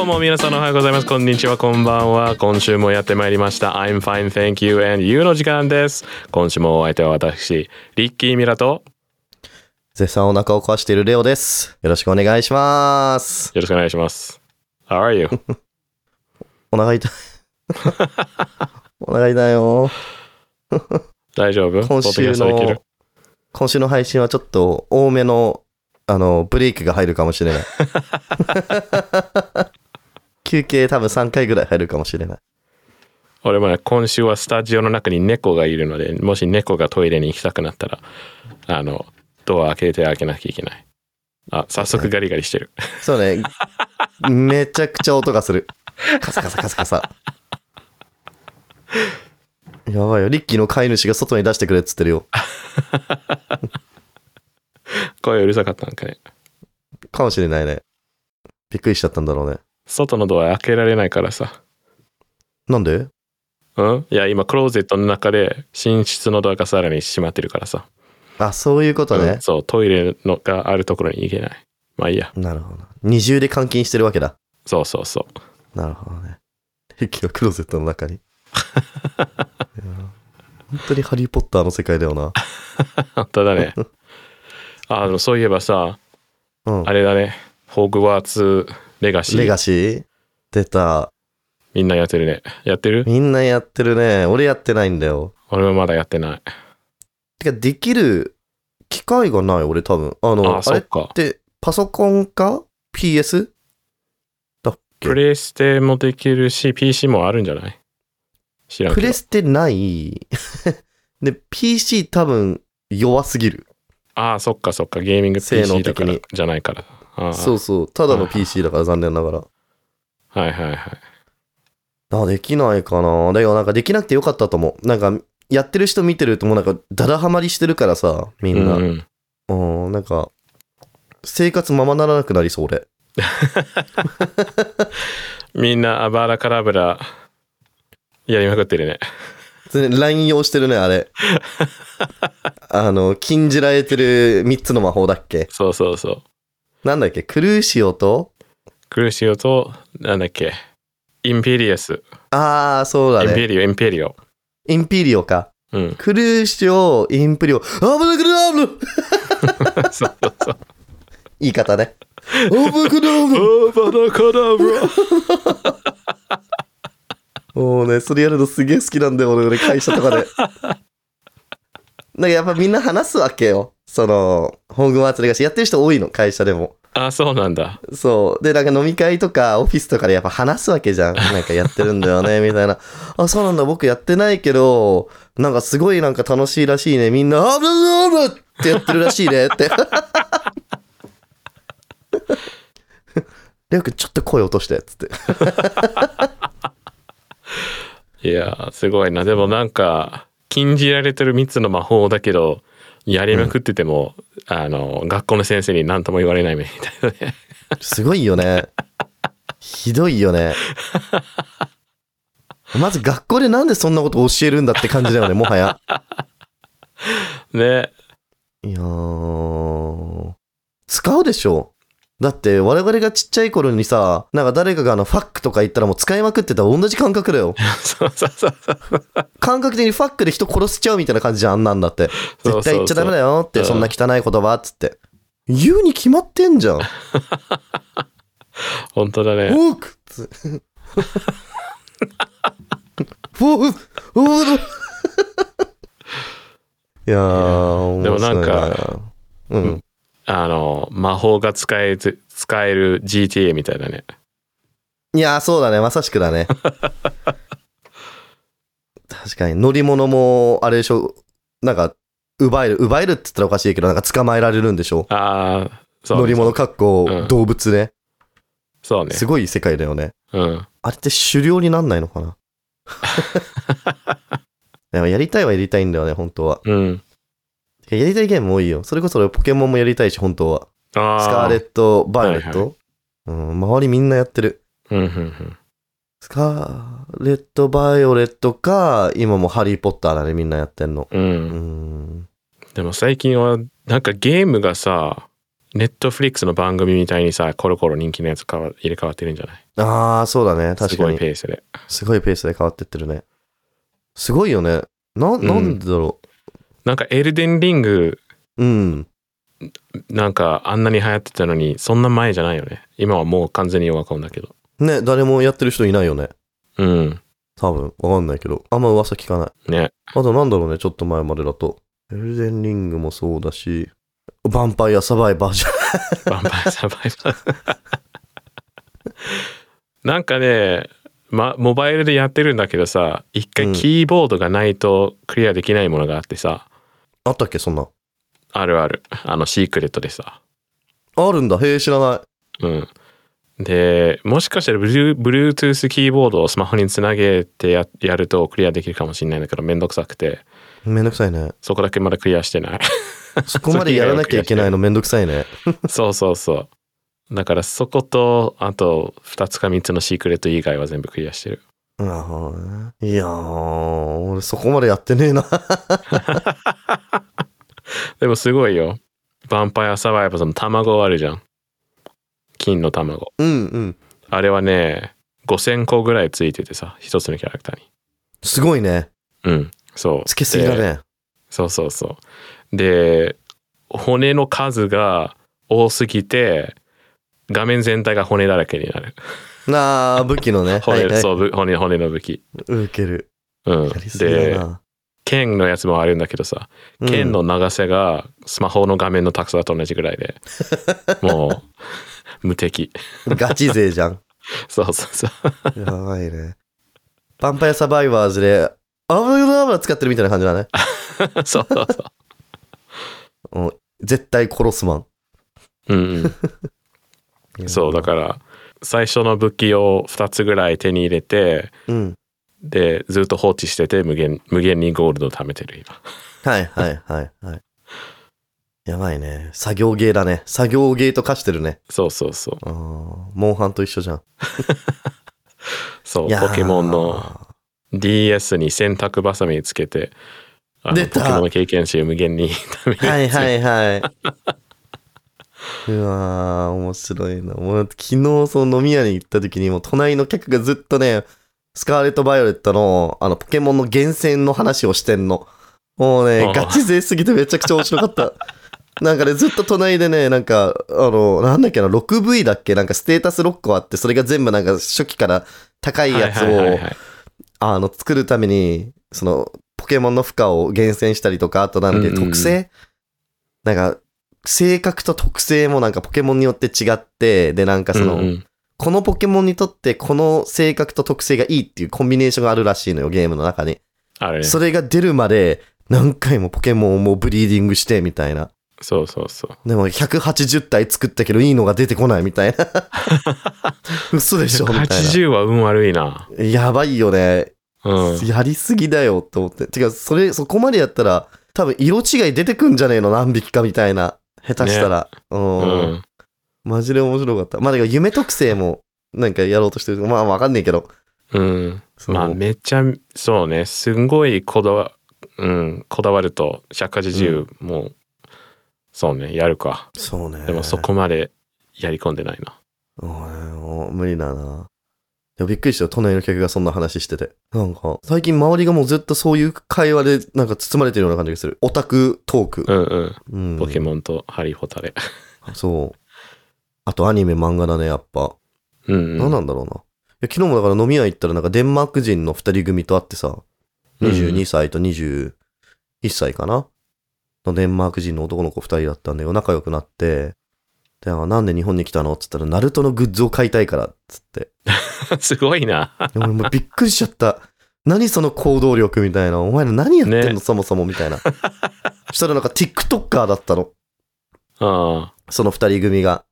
うも皆さんおはようございます。こんにちは、こんばんは。今週もやってまいりました。I'm fine, thank you and you の時間です。今週もお相手は私、リッキー・ミラと、絶賛お腹を壊しているレオです。よろしくお願いします。よろしくお願いします。How are you? お腹痛い。お腹痛いよ。大丈夫今週ポッドキャストできのる、今週の配信はちょっと多めの、あの、ブレイクが入るかもしれない。休憩多分3回ぐらい入るかもしれない。俺もね、今週はスタジオの中に猫がいるので、もし猫がトイレに行きたくなったら、あの、ドア開けて開けなきゃいけない。あ、早速ガリガリしてる。そうね。めちゃくちゃ音がする。カサカサカサカサ。やばいよ。リッキーの飼い主が外に出してくれっつってるよ。声うるさかったんかね。かもしれないね。びっくりしちゃったんだろうね。外のドア開けられないからさ。なんでうんいや、今、クローゼットの中で、寝室のドアがさらに閉まってるからさ。あ、そういうことうねん。そう、トイレのがあるところに行けない。まあいいや。なるほど。二重で監禁してるわけだ。そうそう そなるほどね。壁はクローゼットの中 に。いや本当にハリー・ポッターの世界だよな。う。た だね。あの、そういえばさ、う んあ。れだね。ホーグワーツレガシレー。ガシー出た。みんなやってるね。やってるみんなやってるね。俺やってないんだよ。俺もまだやってない。てか、できる機会がない、俺多分。あの、ああそれっっか。てパソコンか ?PS? だっけプレイステもできるし、PC もあるんじゃない知らんプけどレ。ステない。 で、PC 多分弱すぎる。ああ、そっかそっか。ゲーミング性能 PC だから的にじゃないから。ああそうそう。ただはいのはい PC だから残念ながら。はいはいはい。あ、できないかな。だよ、なんかできなくてよかったと思う。なんか、やってる人見てるともうなんか、だだはまりしてるからさ、みんな。ううんん、うんなんか、生活ままならなくなりそう、俺。みんな、あばらからぶら、やりまくってるね。で LINE 用してるね、あれ。あの、禁じられてる3つの魔法だっけそうそうそう。なんだっけクルーシオと、クルシオと、なんだっけ、インペリアス。あー、そうだインね。ペリオ、インペリオ。インピリオか。 うん。クルーシオ、インプリオ。危なくない危ないそうそうそう。言い方ね。危なくない危ないオーバーカダブラ。もうね、それやるのすげえ好きなんだよ、俺、俺会社とかで。なんかやっぱみんな話すわけよ。その、ホームワーツレガシーやってる人多いの、会社でも。あ、そうなんだ。そう。で、なんか飲み会とか、オフィスとかでやっぱ話すわけじゃん。なんかやってるんだよね、みたいな。あ、そうなんだ、僕やってないけど、なんかすごいなんか楽しいらしいね。みんな、あぶあぶってやってるらしいね、って。りょうくん、ちょっと声落として、つって。いやー、すごいな。でもなんか、禁じられてる3つの魔法だけど、やりまくってても、あの、学校の先生に何とも言われないみたいなね。すごいよね。ひどいよね。まず学校でなんでそんなこと教えるんだって感じだよね、もはや。ね。いやー使うでしょ。だって我々がちっちゃい頃にさ、なんか誰かがあのファックとか言ったらもう使いまくってたら同じ感覚 だよ。 そうそうそうそう。感覚的にファックで人殺しちゃうみたいな感じじゃん、あんなんだって。そうそうそう絶対言っちゃダメだよって、うんそんな汚い言葉っつって。言うに決まってんじゃん。本当だね。フォークつフォークフォークいやー、でもなんか面白いな、うん。あの、魔法が使えず、使える GTA みたいなね。いやー、そうだね、まさしくだね。 確かに、乗り物も、あれでしょ、なんか、奪える、奪えるって言ったらおかしいけど、なんか捕まえられるんでしょ。ああ、そうね。乗り物かっこ、うん動物ね。そうね。すごい世界だよね。うん。あれって狩猟になんないの かなでもやりたいはやりたいんだよね、本当は。うん。てかやりたいゲーム多いよ。それこそ俺ポケモンもやりたいし、本当は。ああ。スカーレット、バイオレッはト、うん、周りみんなやってる。うんうんうん。スカーレット、バイオレットか、今もハリー・ポッターだね、みんなやってんの。うんうーん。でも最近はなんかゲームがさネットフリックスの番組みたいにさ、コロコロ人気のやつ変わ入れ替わってるんじゃないああ、そうだね。す確ごかいに。ペースで。すごいペースで変わってってるね。すごいよね。な、んなんでだろなんかエルデンリングう。うん。なんかあんなに流行ってたのに、そんな前じゃないよね。今はもう完全にヨガコンだけど。ね、誰もやってる人いないよね。うん。多分。わかんないけど。あんま噂聞かない。ね。あとなんだろうね、ちょっと前までだと。エルデンリングもそうだし、ヴァンパイアサバイバーじゃん。バンパイアサバイバー。なんかね、ま、モバイルでやってるんだけどさ、一う回んキーボードがないとクリアできないものがあってさ、あったっけ、そんな。あるある。あの、シークレットでさ。あるんだ。へえ、知らない。うん。で、もしかしたらブルー Bluetooth キーボードをスマホにつなげてややるとクリアできるかもしれないんだけど、めんどくさくて、めんどくさいね。そこだけまだクリアしてない。 そこまでやらなきゃいけないのめんどくさいね。そうそうそう。だからそこと、あと2つか3つのシークレット以外は全部クリアしてる。なるほどね。いやー、俺そこまでやってねえな。 でもすごいよ。ヴァンパイアサバイバーズの卵あるじゃん。金の卵。うんうん。あれはね、5000個ぐらいついててさ、一つのキャラクターに。すごいね。うん。そう。つけすぎだでね。そうそうそう。で、骨の数が多すぎて、画面全体が骨だらけになる。なあ、武 器のね。は骨、いはい。そう、ぶ骨、骨の武器。受ける。うんやり。すぎでだ、な。剣のやつもあるんだけどさ、うん剣の長さがスマホの画面の高さと同じぐらい で、もう、無敵。ガチ勢 じゃん。そうそうそう。やばいね。ヴァンパイアサバイバーズで、あぶらあぶら使ってるみたいな感じだね。そうそうそうん絶対殺すまん。う。うん、うん。そう、だから、最初の武器を2つぐらい手に入れて、ら。うん。で、ずっと放置してて、無限、無限にゴールドを貯めてる、今。はいはいはいはい。やばいね。作業ゲーだね。作業ゲーと化してるね。そうそうそう。あーモンハンと一緒じゃん。そう、いやーポケモンの DS に洗濯バサミつけて、あの出たポケモンの経験値を無限に貯める。はいはい はい。うわー、面白いな。もう昨日その飲み屋に行った時にもう隣の客がずっとね、スカーレット・バイオレットのあのポケモンの厳選の話をしてんの。もうねあ、ーガチ勢すぎてめちゃくちゃ面白かった。 なんかね、ずっと隣でね、なんか、あの、なんだっけな、6V だっけなんかステータス6個あって、それが全部なんか初期から高いやつはいはいはいをは、いあの、作るために、その、ポケモンの負荷を厳選したりとか、あとなんうんうでんうん特性、なんか、性格と特性もなんかポケモンによって違って、でなんかその、うんうんこのポケモンにとってこの性格と特性がいいっていうコンビネーションがあるらしいのよ、ゲームの中に。あれねそれが出るまで何回もポケモンをもうブリーディングしてみたいな。そうそうそう。でも180体作ったけどいいのが出てこないみ たいな。嘘でしょみたいな。 80は運悪いな。やばいよね。うん。やりすぎだよって思って。てか、それ、そこまでやったら、多分色違い出てくんじゃねえの何匹かみたいな。下手したら。うんうん。マジで面白かった。まあ、だから夢特性も、なんかやろうとしてる。まあ、わかんねえけど。うん。そのまあめちゃそうねすんごいこだわ,、うん、こだわると180もう、そうねやるかそうね。でもそこまでやり込んでないな、うん。もう無理だな。でもびっくりしたよ。隣の客がそんな話してて。なんか、最近周りがもうずっとそういう会話で、なんか包まれてるような感じがする。オタクトーク。うんうんうん。ポケモンとハリー・ポタレそう。あとアニメ漫画だね、やっぱ。うん、う何ん、なんだろうな。いや昨日もだから飲み屋行ったらなんかデンマーク人の二人組と会ってさ、うんう22ん歳と21歳かなのデンマーク人の男の子二人だったんだよ。仲良くなって。で、あなんで日本に来たのっつったら、ナルトのグッズを買いたいからっつって。 すごいなで俺もうびっくりしちゃった。 何その行動力みたいな。お前ら何やってんの、ねそもそもみたいな。 そしたらなんか TikToker だったの。あその二人組が。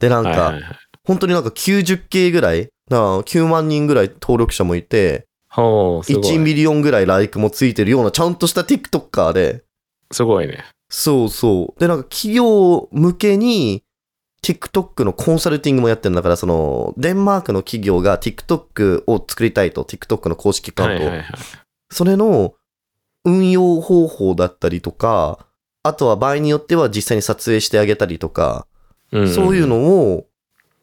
で、なあんか、はいはいはい本当になんか90系ぐらい、だから9万人ぐらい登録者もいて、ほうすご1いミリオンぐらいライクもついてるようなちゃんとした TikToker で、すごいねそうそう。で、なんか企業向けに TikTok のコンサルティングもやってるんだから、その、デンマークの企業が TikTok を作りたいと、TikTok の公式アカはウンいトはをいはいそれの運用方法だったりとか、あとは場合によっては実際に撮影してあげたりとか、うんんそういうのを、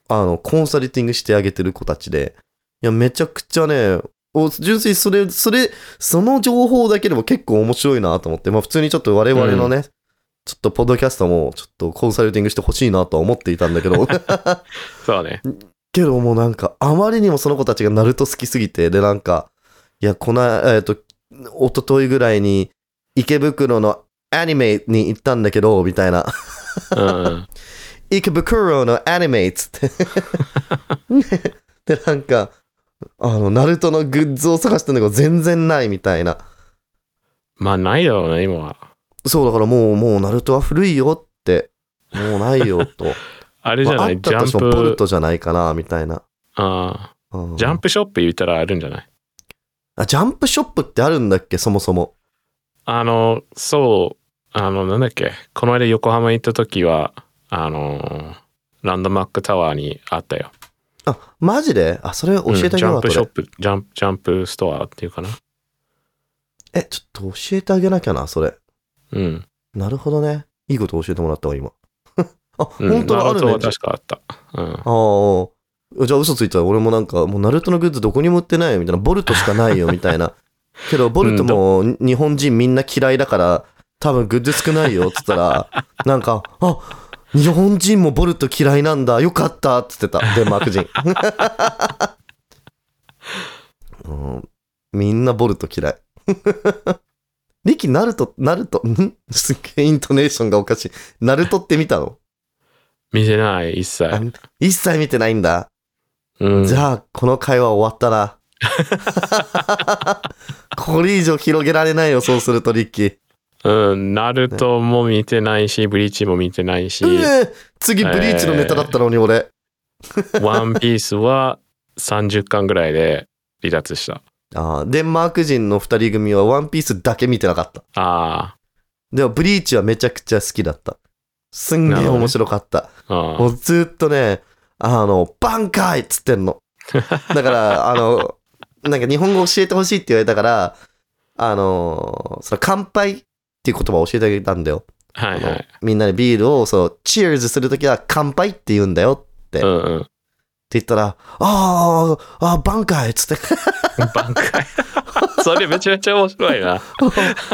あの、コンサルティングしてあげてる子たちで、いや、めちゃくちゃね、お純粋にそれ、それ、その情報だけでも結構面白いなと思って、まあ普通にちょっと我々のね、ちょっとポッドキャストもちょっとコンサルティングしてほしいなとは思っていたんだ けど、そうね。けどもうなんか、あまりにもその子たちがナルト好きすぎて、でなんか、いや、この、えっ、と、一昨日ぐらいに池袋のアニメに行ったんだけど、みたいな。うんうん。池袋のアニメっつって。で、なんか、あの、ナルトのグッズを探してんだけど、全然ないみたいな。まあ、ないだろうね、今は。そう、だからもう、もう、ナルトは古いよって、もうないよ と。あれじゃまあ、なあい、ったジとしてャも、ポルンプ、トじゃないかな、みたいな。あうんージャンプショップ言ったらあるんじゃないあジャンプショップってあるんだっけ、そもそも。あの、そう、あの、なんだっけ、この間横浜行った時は、あの、ランドマックタワーにあったよ。あ、マジであ、それ教えてあげようんジャンう、プショッ後でプ、ジャンプ、ジャンプストアっていうかな。え、ちょっと教えてあげなきゃな、それ。うん。なるほどね。いいこと教えてもらったわ、今。 あ、うん本当だ、あるナねルトは。確かあった。うん。ああ。じゃあ嘘ついたら俺もなんか、もうナルトのグッズどこにも売ってないよみたいな、ボ ルトしかないよみたいな。けど、ボルトも日本人みんな嫌いだから、多分グッズ少ないよって言った ら、なんか、あ日本人もボルト嫌いなんだ、よかったって言ってた、デンマーク人。 うんみんなボルト嫌い。 リキ、ナルト、ナルト、ん すっげえイントネーションがおかしい。ナルトって見たの見てない、一切。あ一切見てないんだ。うん。じゃあ、この会話終わったな。これ以上広げられないよ、そうすると、リッキー。うん、ナルトも見てないし、ブリーチも見てないし、えー次、ブリーチのネタだったのに、俺。ワンピースは30巻ぐらいで離脱した。あーデンマーク人の二人組は、ワンピースだけ見てなかった。あでも、ブリーチはめちゃくちゃ好きだった。すんげえ面白かった。ーあもー、うずっとね、あの、バンカイっつってんの。だから、あの、なんか日本語教えてほしいって言われたから、あの、その乾杯っていう言葉を教えてあげたんだよ。はいはい。みんなでビールを、そう、チェーズするときは乾杯って言うんだよっうんうん。て言ったら、あーあー、バンカイっ つって、挽回。 それめちゃめちゃ面白いな。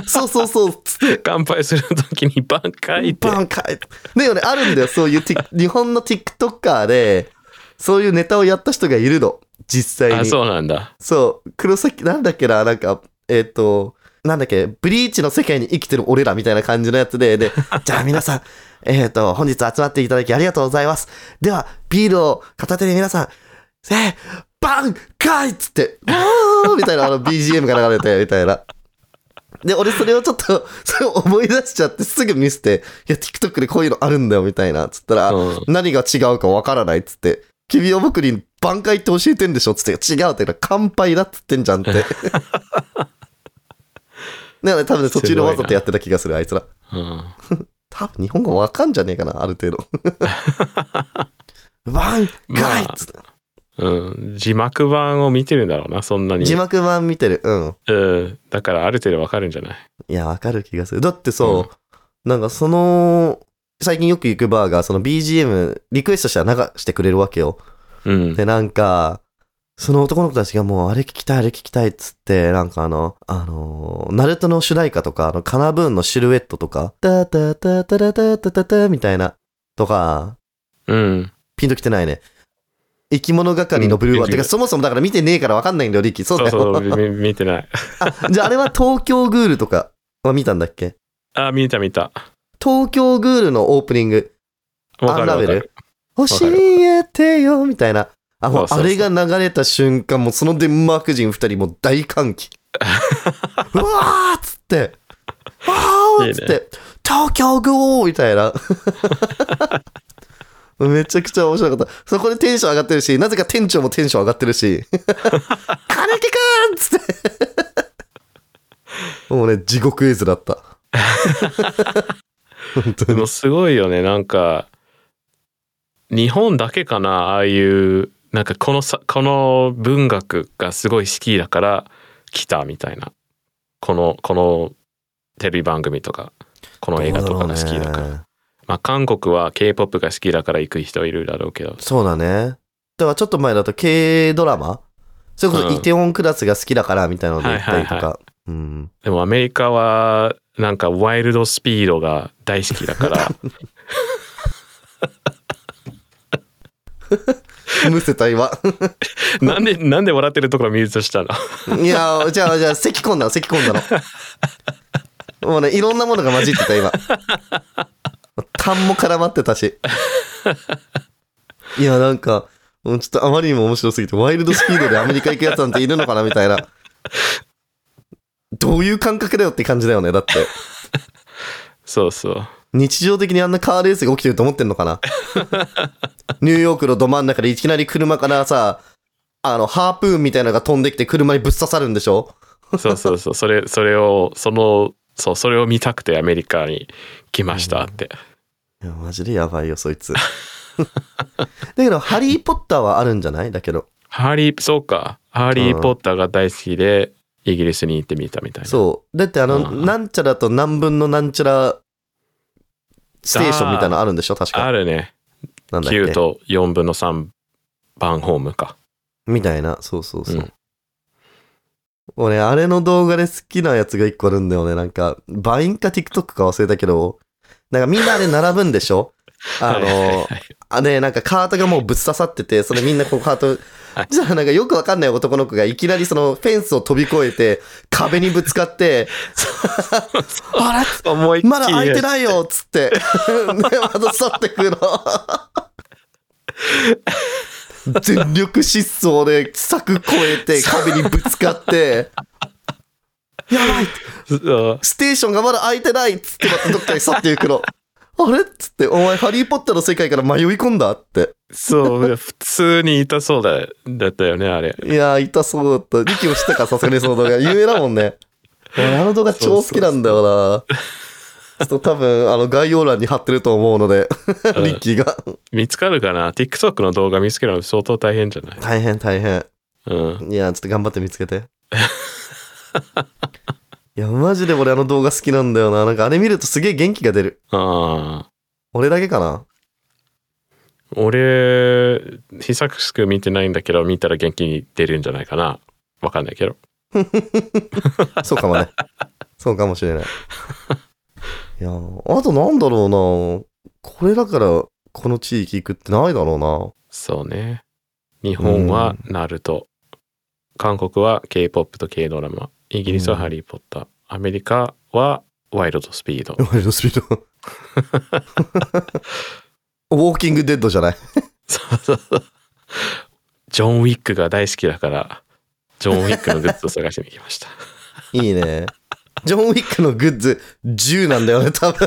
そうそうそう、つって、乾杯するときに挽回って。バンカイでもね、あるんだよ、そういうティ、日本の TikToker で、そういうネタをやった人がいるの、実際あ、に。そうなんだ。そう、黒崎、なんだっけな、なんか、えっ、と、なんだっけ、ブリーチの世界に生きてる俺らみたいな感じのやつで、で、じゃあ皆さん、えっ、と、本日集まっていただきありがとうございます。では、ビールを片手に皆さん、せー、バンカイっつって、うわーみたいな、あの BGM が流れて、みたいな。で、俺それをちょっと、それを思い出しちゃって、すぐ見せて、いや、TikTok でこういうのあるんだよ、みたいな、つったら、うん何が違うかわからないっつって、君は僕に挽回って教えてんでしょっつって、違うって言うから乾杯だっつってんじゃんって。だからね、多分ね、途中でわざとやってた気がする、あいつら。うん。多分日本語わかんじゃねえかな、ある程度。挽回っつって、うん、字幕版を見てるんだろうな、そんなに。字幕版見てる。うん。うん。だからある程度わかるんじゃないいや、わかる気がする。だってさ、うんなんかその、最近よく行くバーが、その BGM、リクエストしたら流してくれるわけよ。うん。で、なんか、その男の子たちがもう、あれ聞きたい、あれ聞きたいっつって、なんかあの、あのー、ナルトの主題歌とか、あの、カナブーンのシルエットとか、タタタタタタタタタみたいな、とか、うん。ピンときてないね。生き物係のブルーは、うんてかそもそもだから見てねえからわかんないんだよ、リッキー。そうそだうよ。そう、み見てない。じゃああれは東京グールとかは見たんだっけあ、見た見た。東京グールのオープニング、わかるわアンラかベるル。教えてよ、みたいな。あ、もうそうそうあそうれが流れた瞬間、もうそのデンマーク人二人もう大 歓喜。うわーっつって、わーっつって、いい東京グオーみたいな。 めちゃくちゃ面白かった。そこでテンション上がってるし、なぜか店長もテンション上がって るし。金木くんっつって。もうね、地獄絵図 だった。本当でに。もすごいよねなんか日本だけかなああいうなんかこのさこの文学がすごい好きだから来たみたいなこのこのテレビ番組とかこの映画とかが好きだからどうだろうねまあ韓国は K-POP が好きだから行く人いるだろうけど。そうだね。だからちょっと前だと K ドラマそれこうんそイテウォンクラスが好きだからみたいなので行ったりとか。はいはうん。でもアメリカはなんかワイルドスピードが大好きだ から、むせた今。 なんで、なんで笑ってるところミュートしたの いや、じゃあ、じゃあ、咳込んだの、咳込んだの。もうね、いろんなものが混じってた、今。痰も絡まってたし。いや、なんか、うんちょっとあまりにも面白すぎて、ワイルドスピードでアメリカ行くやつなんているのかな、みたいな。どういう感覚だよって感じだよね。だって、そうそう。日常的にあんなカーレースが起きてると思ってんのかな。ニューヨークのど真ん中でいきなり車からさ、あの、ハープーンみたいなのが飛んできて車にぶっ刺さるんでしょそうそうそう。それ、それを、その、そう、それを見たくてアメリカに来ましたって。いや、マジでやばいよ、そいつ。だけど、ハリー・ポッターはあるんじゃないだけど。ハリー、そうか。ハリうー・んポッターが大好きで、イギリスに行ってみたみたいな。そう。だって、あの、あーなんちゃらと何分のなんちゃらステーションみたいなのあるんでしょ確あか。るね。なんだっ9けと4分の3番ホームか。みたいな。そうそうそう。うん俺、あれの動画で好きなやつが一個あるんだよね。なんか、バインか TikTok か忘れたけど、なんかみんなあれ並ぶんでしょあ はいはいのは、いあれ、なんかカートがもうぶっ刺さってて、それみんなこうカートはい、じゃあなんかよくわかんない男の子がいきなりそのフェンスを飛び越えて、壁にぶつかって、あ思いっきれりまだ開いてないよっつって、で、また去ってくの。全力疾走で柵越えて壁にぶつかって、やばいそうステーションがまだ開いてないっつってまたどっかに去っていくの。あれっつって、お前ハリーポッターの世界から迷い込んだって。そう、普通に痛そうだだったよね、あ れ。いやー、痛そうだった。力をしたか、さすがにその動画。有名だもんね。俺、あの動画超好きなんだよな。ちょっと多分、あの、概要欄に貼ってると思うので、うんリッキーが。見つかるかな ?TikTok の動画見つけるの相当大変じゃない大変、大変。うん。いやー、ちょっと頑張って見つけて。 いや、マジで俺、あの動画好きなんだよな。なんか、あれ見るとすげえ元気が出る。ああ。俺だけかな。俺、久しく見てないんだけど、見たら元気に出るんじゃないかな。わかんないけど。そうかもね。そうかもしれない。いやー、あとなんだろうな。これだから、この地域行くってないだろうな。そうね。日本はナルト。韓国は K-POP と K ドラマ。イギリスはハリー・ポッター。アメリカはワイルド・スピード。ワイルドスピード。ウォーキングデッドじゃないそうそうそう。ジョン・ウィックが大好きだから、ジョン・ウィックのグッズを探しに来ま した。いいね。ジョン・ウィックのグッズ10なんだよね、多分。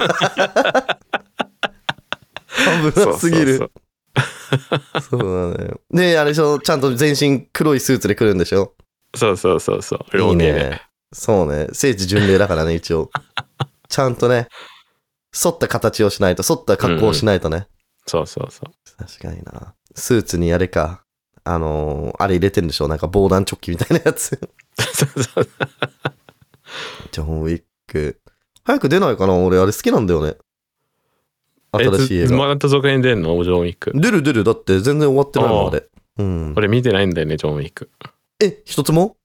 危なすぎる。そうそうだね。で、あれでしょ、ちゃんと全身黒いスーツで来るんでしょそうそうそうそうそう。いロいーテね。そうね。聖地巡礼だからね、一応。ちゃんとね、沿った形をしないと、沿った格好をしないとね。そうそうそう。確かにな。スーツにあれか。あのーあれ入れてんでしょなんか防弾チョッキみたいなやつ。そうそうジョン・ウィック。早く出ないかな俺、あれ好きなんだよね。新しい映 えず画。また続編出んのジョン・ウィック。出る出る。だって全然終わってないあの、ああれ。うん。俺見てないんだよね、ジョン・ウィック。え、一つも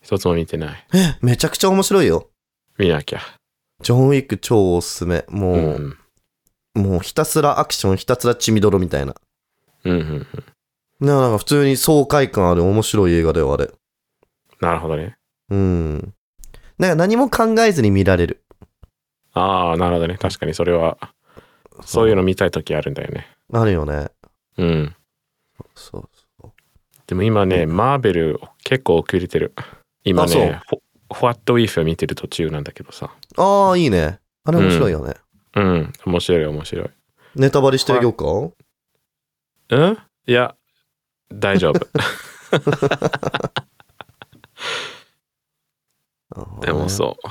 一つも見てない。めちゃくちゃ面白いよ。見なきゃ。ジョン・ウィック超おすすめ。もうん。うう、んもうひたすらアクション、ひたすら血みどろみたいな。うんうん。ななんか普通に爽快感ある面白い映画だよ、あれ。なるほどね。うん。なんか何も考えずに見られる。ああ、なるほどね。確かにそれは、そういうの見たい時あるんだよね。あるよね。うん。そうそう。でも今ね、マーベル結構遅れてる。今あそうね、ホワット・イフ見てる途中なんだけどさ。ああ、いいね。あれ面白いよね。うん。面白い面白い。ネタバレしてあげようかうんいや、大丈夫。でもう。そう。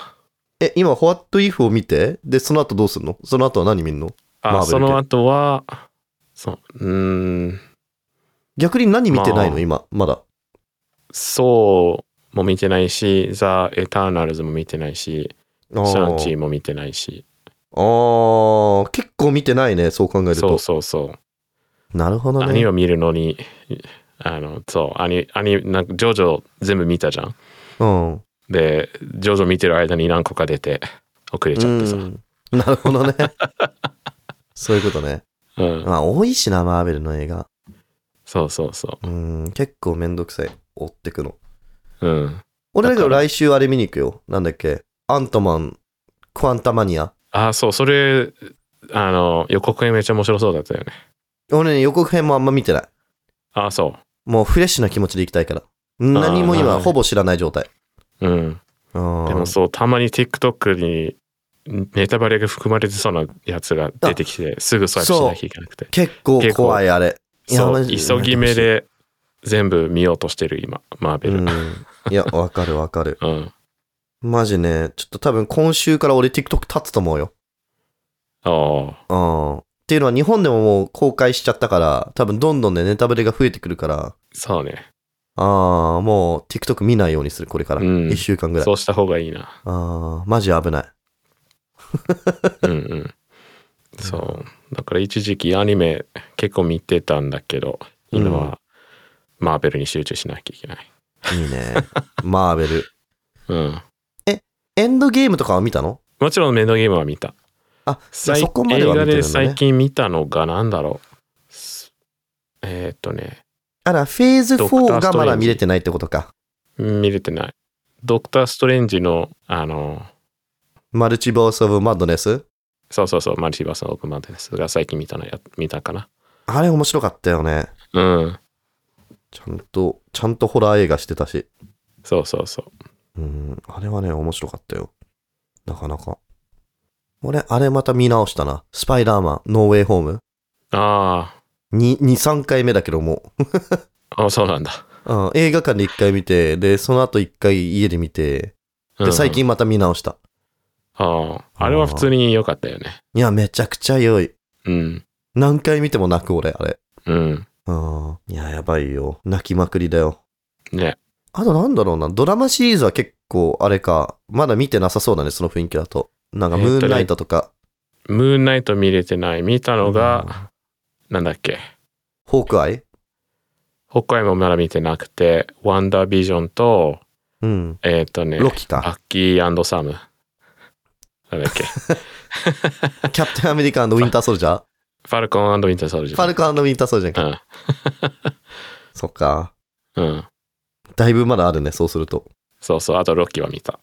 え、今、ホワットイフを見て、で、その後どうすんのその後は何見んのマーベあ、ル系その後は、そう、うーん、逆に何見てないの、まあ今、まだ。そうも見てないし、ザ・エターナルズも見てないし、あーシャンチーも見てないし、あー、結構見てないね、そう考えるそとう。そうそう。なるほどアニねメ。を見るのに、あの、そう、アニ、アニ、なんか、ジョジョ全部見たじゃん。うん。で、ジョジョ見てる間に何個か出て、遅れちゃってさ。うんなるほどね。 そういうことね。うん。まあ、多いしな、マーベルの映画。そうそうそうん、結構めんどくさい。追ってくの。う。うん。俺だけどだか来週あれ見に行くよ。なんだっけ。アントマン、クワンタマニア。あ、そう、それ、あの、予告編めっちゃ面白そうだったよね。俺ね、予告編もあんま見てない。あ、そもうフレッシュな気持ちで行きたいから。何もなる今、ほどほぼ知らない状態。う。うん。ででももそう、たまに TikTok にネタバレが含まれてそうなやつが出てきて、すぐスワイプしなきゃいけなくて。結構結構怖い、あれ。いやそマう、ジで急ぎ目で全部見ようとしてる、今、マーベうル。ん。いや、わかるわかる。うん。マジね、ちょっと多分今週から俺 TikTok 立つと思うよ。ああ。うん。っていうのは日本でももう公開しちゃったから、多分どんどんね、ネタバレが増えてくるから、そうね。ああ、もう TikTok 見ないようにする、これから。う一ん1週間ぐらい。そうした方がいいな。ああ、マジ危ない。うんうん。そう。だから一時期アニメ結構見てたんだけど、今はマーベルに集中しなきゃいけない。いいね。 マーベル。うん。エンドゲームとかは見たのもちろんメンドゲームは見た。あ、最そこまでは映見て画るでんだね最。近見たのがなんだろう。すえーっとね、あら、フェーズドクター4ストレがンジまだ見れてないってことか。見れてない。ドクター・ストレンジの、あの、マルチバース・オブ・マッドネスそうそうそう、マルチバースのオープンマンですが、最近見たのや、見たかな。あれ面白かったよね。うん。ちゃんと、ちゃんとホラー映画してたし。そうそうそう。うん、あれはね、面白かったよ。なかなか。俺、あれまた見直したな。スパイダーマン、ノーウェイホーム。あに、2、3回目だけどもう。あ、あそうなんだ。うん、映画館で一回見て、で、その後一回家で見て、うで、ん最。近また見直した。ああ、あれは普通に良かったよね。いや、めちゃくちゃ良い。うん。何回見ても泣く俺、あれ。うん。うん。いや、やばいよ。泣きまくりだよ。ね。あとなんだろうな、ドラマシリーズは結構、あれか、まだ見てなさそうだね、その雰囲気だと。なんか、えーっとムねーンライトとか、ムーンナイト見れてない。見たのうんが、なんだっけ。ホークアイ北海もまだ見てなくて、ワンダービジョンと、うん。えーっ、とね、ロキか。アッキーサム。なんだっけ。 キャプテンアメリカンウィンターソルジャーファルコンウィンターソルジフャー。ァルコンウィンターソルジャーか。そっか。うん。うん。だいぶまだあるね、そうすると。そうそう。あと、ロッキーは見た。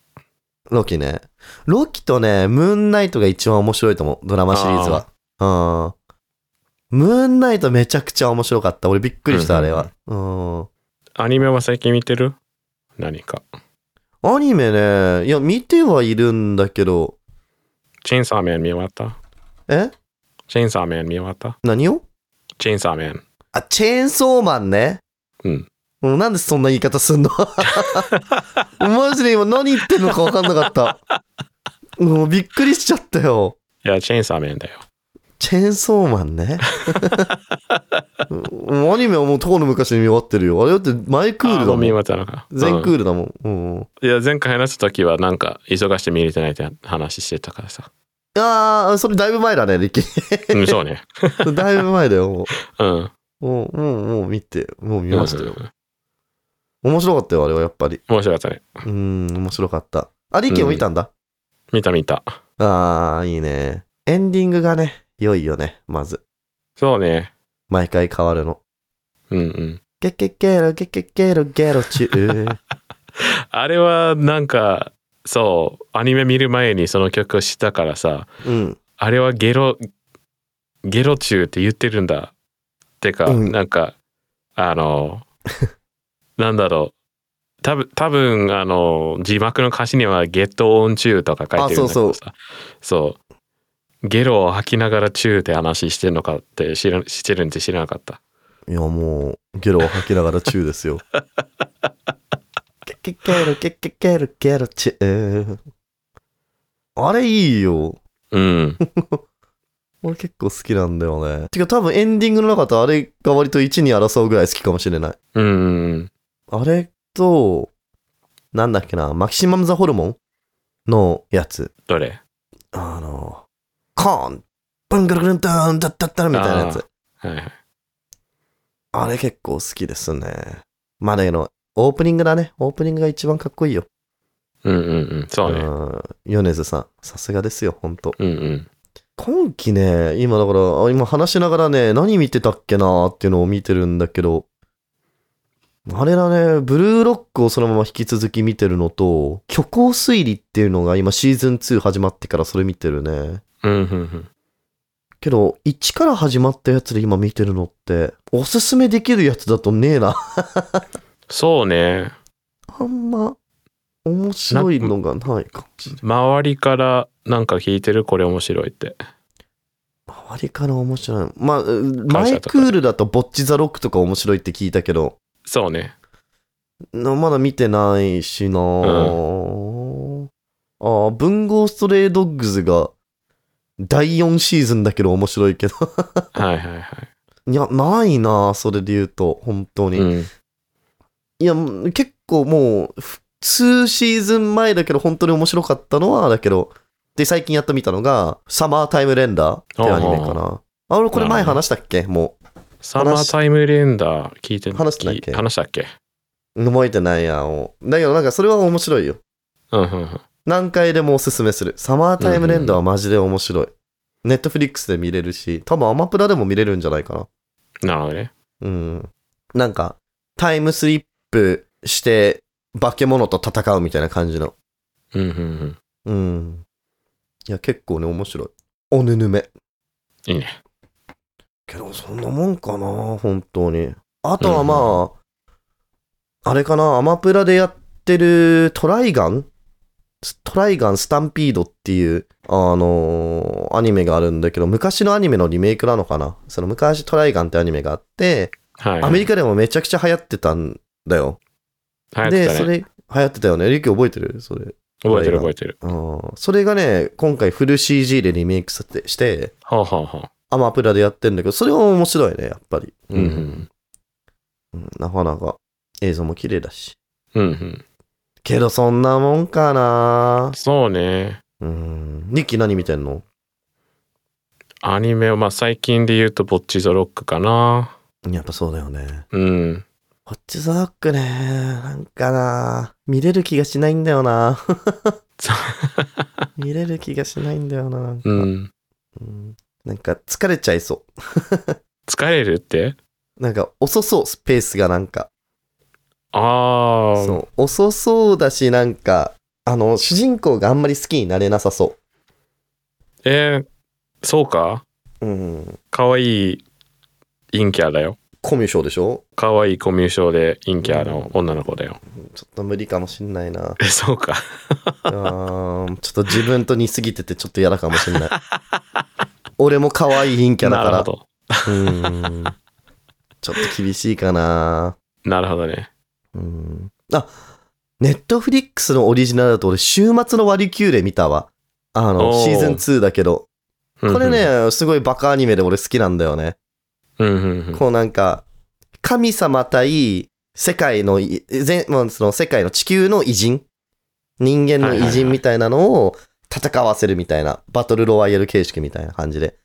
ロキね。ロキとね、ムーンナイトが一番面白いと思う。ドラマシリーズは。うん。ムーンナイトめちゃくちゃ面白かった。俺びっくりした、あうんうんれうんは。うん。アニメは最近見てる何か。アニメね、いや、見てはいるんだけど、チェーンサーメン見終わったえチェーンサーメン見終わった何をチェーンサーメン。あ、チェーンソーマンね。うん。うんなんでそんな言い方すんの マジで今何言ってんのか分かんなかった。もうびっくりしちゃったよ。いや、チェーンサーメンだよ。チェーンソーマンね。うんアニメはもうとこの昔に見終わってるよ。あれだって前クールあだもも。うん見終全わったのか。クールだもん。うんうん、うんいや、前回話した時はなんか、忙して見れてないって話してたからさ。ああ、それだいぶ前だね、リキ。 うん、そうね。だいぶ前だよ、もうん。う。もう、もう、もう見て、もう見見ましたよ。面白かったよ、あれはやっぱり。面白かったね。うん、面白かった。あ、リキも見たんだ。見た見た。ああ、いいね。エンディングがね、良いよね、まず。そうね。毎回変わるの。うんうん。ゲッゲッゲロ、ゲッゲッゲロ、ゲロチュー。あれはなんか、そう、アニメ見る前にその曲を知ったからさ、うん。あれはゲロ、ゲロ中って言ってるんだ。てか、うんなんか、あの、なんだろう。多分、多分、あの、字幕の歌詞にはゲットオン中とか書いてるんだけどさ。そうゲロを吐きながら中って話してんのかって知ら、してるんって知らなかった。いや、もう、ゲロを吐きながらチューですよ。ゲゲゲロ、ゲゲゲロ、ゲロチュー。あれいいよ。うん。俺結構好きなんだよね。てか多分エンディングの中とあれが割と1に争うぐらい好きかもしれない。うんうんあれと、なんだっけな、マキシマム・ザ・ホルモンのやつ。どれあの、コーン、ブングルグルンドーン、ダッダッダッみたいなやつ。はいはい。あれ結構好きですね。まあだけど、オープニングだね。オープニングが一番かっこいいよ。うんうんうん。そうね。ん。米津さん、さすがですよ、ほんと。うんうん。今期ね、今だから、あ今話しながらね、何見てたっけなーっていうのを見てるんだけど、あれだね、ブルーロックをそのまま引き続き見てるのと、虚構推理っていうのが今シーズン2始まってからそれ見てるね。うんうんうん。けど、1から始まったやつで今見てるのって、おすすめできるやつだとねえな。そうね。 あんま、面白いのがないかもしれない。周りからなんか聞いてるこれ面白いって。周りから面白い。まあ、うん感マ謝イとクかールだとボッチザロックとか面白いって聞いたけど、そうね。なまだ見てないしなぁ、ああ、文豪ストレイドッグズが第4シーズンだけど面白いけど。 はいはいはいや、ないなぁそれで言うと、本当い。に。うん。いや、結構もう、数シーズン前だけど本当に面白かったのは、だけど、で、最近やっと見たのが、サマータイムレンダーってアニメかな。あ、俺これ前話したっけもサマータイムレンダー聞いて話してたっけき話したっけう、覚えてないやん。だけどなんかそれは面白いよ。うんうんうん。何回でもおすすめする。サマータイムレンダーはマジで面白い。ネットフリックスで見れるし、多分アマプラでも見れるんじゃないかなるほどね。な。うん。なんか、タイムスリップして、化け物と戦うみたいな感じの。うんうんうん。うん。いや、結構ね、面白い。おぬぬめ。いいね。けど、そんなもんかな、本当に。あとはまあ、あれかな、アマプラでやってるトライガントライガンスタンピードっていう、あのーアニメがあるんだけど、昔のアニメのリメイクなのかなその昔トライガンってアニメがあって、はい。アメリカでもめちゃくちゃ流行ってたんだよ。カで、で、そそれ。れ、流行ってたよね。リキ覚えてるそれ。覚えてる覚えてる。うん。それがね、今回フル CG でリメイクさてして、はあはあはあ。アマプラでやってんだけど、それも面白いね、やっぱり。うんうん。うん、なかなか映像も綺麗だし。うんうん。けどそんなもんかなそうね。うん。ニッキー何見てんのアニメは、まあ最近で言うと、ぼっちゾロックかな。やっぱそうだよね。うん。ホッチザドックね、なんかな見れる気がしないんだよ なそ見れる気がしないんだよななんか、うん。うんなんか疲れちゃいそ疲れるってう。なんか遅そう、スペースがなんか。ああ。そう。遅そうだし、なんか、あの、主人公があんまり好きになれなさそえー、そうかう。うん。可愛い陰キャだよ。コミュ障でしょ可愛いコミュ障で陰キャの女の子だよ。ちょっと無理かもしんないなえ、そうか。あーちょっと自分と似すぎててちょっと嫌だかも しれない。俺も可愛い陰キャだなかるほら。ど。うんちょっと厳しいかな。なるほどね。うんあ、ネットフリックスのオリジナルだと俺週末の割り切れ見たわ。あの、おーシーズン2だけど。これね、すごいバカアニメで俺好きなんだよね。うんうんうん、こうなんか、神様対世界のい、全、まあ、その世界の地球の偉人人間の偉人みたいなのを戦わせるみたいな、バトルロワイヤル形式みたいな感じで。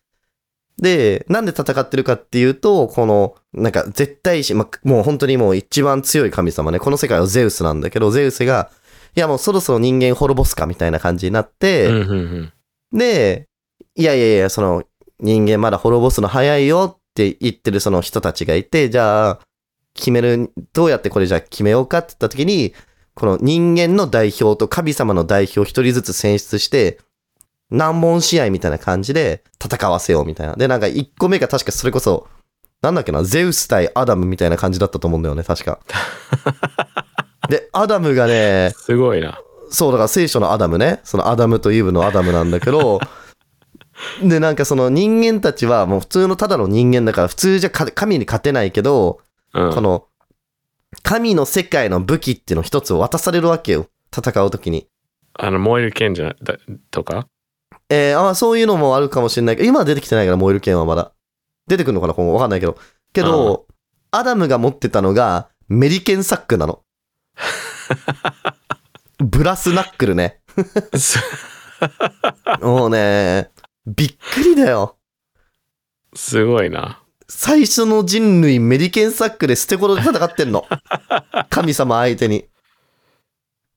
で、なんで戦ってるかっていうと、この、なんか絶対し、まあ、もう本当にもう一番強い神様ね、この世界はゼウスなんだけど、ゼウスが、いやもうそろそろ人間滅ぼすかみたいな感じになって、うんうんうんで、いやいやいや、その、人間まだ滅ぼすの早いよって言ってるその人たちがいて、じゃあ、決める、どうやってこれじゃあ決めようかって言った時に、この人間の代表と神様の代表一人ずつ選出して、難問試合みたいな感じで戦わせようみたいな。で、なんか1個目が確かそれこそ、なんだっけな、ゼウス対アダムみたいな感じだったと思うんだよね、確か。で、アダムがね、すごいな。そう、だから聖書のアダムね。そのアダムとイブのアダムなんだ けど、で、なんかその人間たちはもう普通のただの人間だから普通じゃか神に勝てないけど、うん、この神の世界の武器っていうのを一つ渡されるわけよ。戦うときに。あの燃える剣じゃなだとかえー、あそういうのもあるかもしれないけど、今は出てきてないから燃える剣はまだ。出てくるのかな今後わかんないけど。けど、アダムが持ってたのがメリケンサックな の。ブラスナックルね。すもうね、びっくりだよ。すごいな。最初の人類メリケンサックで捨て頃で戦ってんの。神様相手に。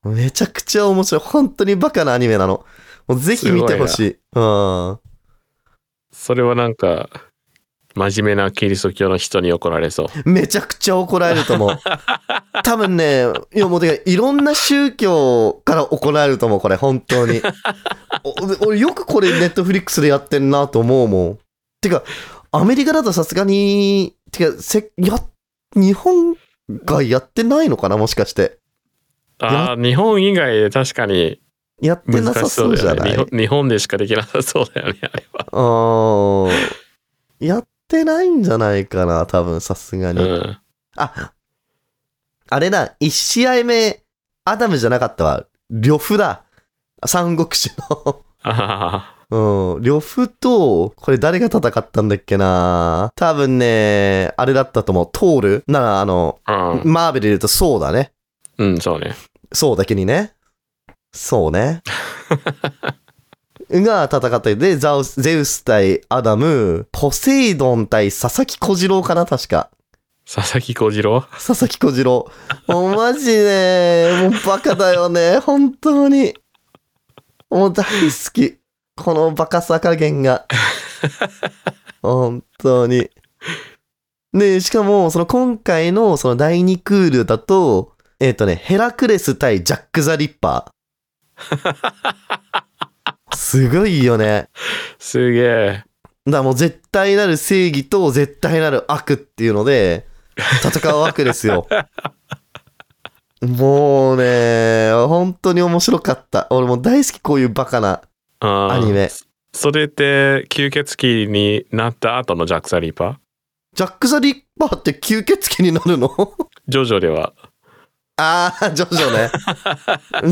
めちゃくちゃ面白い。本当にバカなアニメなの。もうぜひ見てほしい。うん。それはなんか、真面目なキリスト教の人に怒られそう。めちゃくちゃ怒られると 思う。多分ね、いやもうてか、いろんな宗教から怒られると思う、これ、本当に。お俺よくこれ、ネットフリックスでやってんなと思うもん。てか、アメリカだとさすがに、てか、せ、や、日本がやってないのかな、もしかして。ああ、日本以外で確かにやってな難さしそそうだうじゃよなね。い日本日本でしかできなさそうだよね、あれは。 あーやってないんじゃないかな、多分、さすがに。うん。あ、あれだ、1試合目、アダムじゃなかったわ。呂布だ。三国志の。 あははうん。呂布と、これ誰が戦ったんだっけな多分ね、あれだったと思う。トールなら、あの、はうんマーベルで言うとそうだね。うん、そうね。そうだけにね。そ うね。が戦って、で、ザウスゼウス対アダム、ポセイドン対佐々木小次郎かな、確か。佐々木小次郎佐々木小次郎。もうマジね、もうバカだよね、本当に。もう大好き。このバカさ加減が。本当に。で、しかも、その今回のその第2クールだと、えっ、とね、ヘラクレス対ジャック・ザ・リッパー。すごいよね。すげえ。だからもう絶対なる正義と絶対なる悪っていうので戦うわけですよ。もうね、本当に面白かった。俺もう大好きこういうバカな。アアニメそれって吸血鬼になった後のジャック・ザ・リーパージャック・ザ・リッパーって吸血鬼になるのジョジョでは ああ、ジョジョね。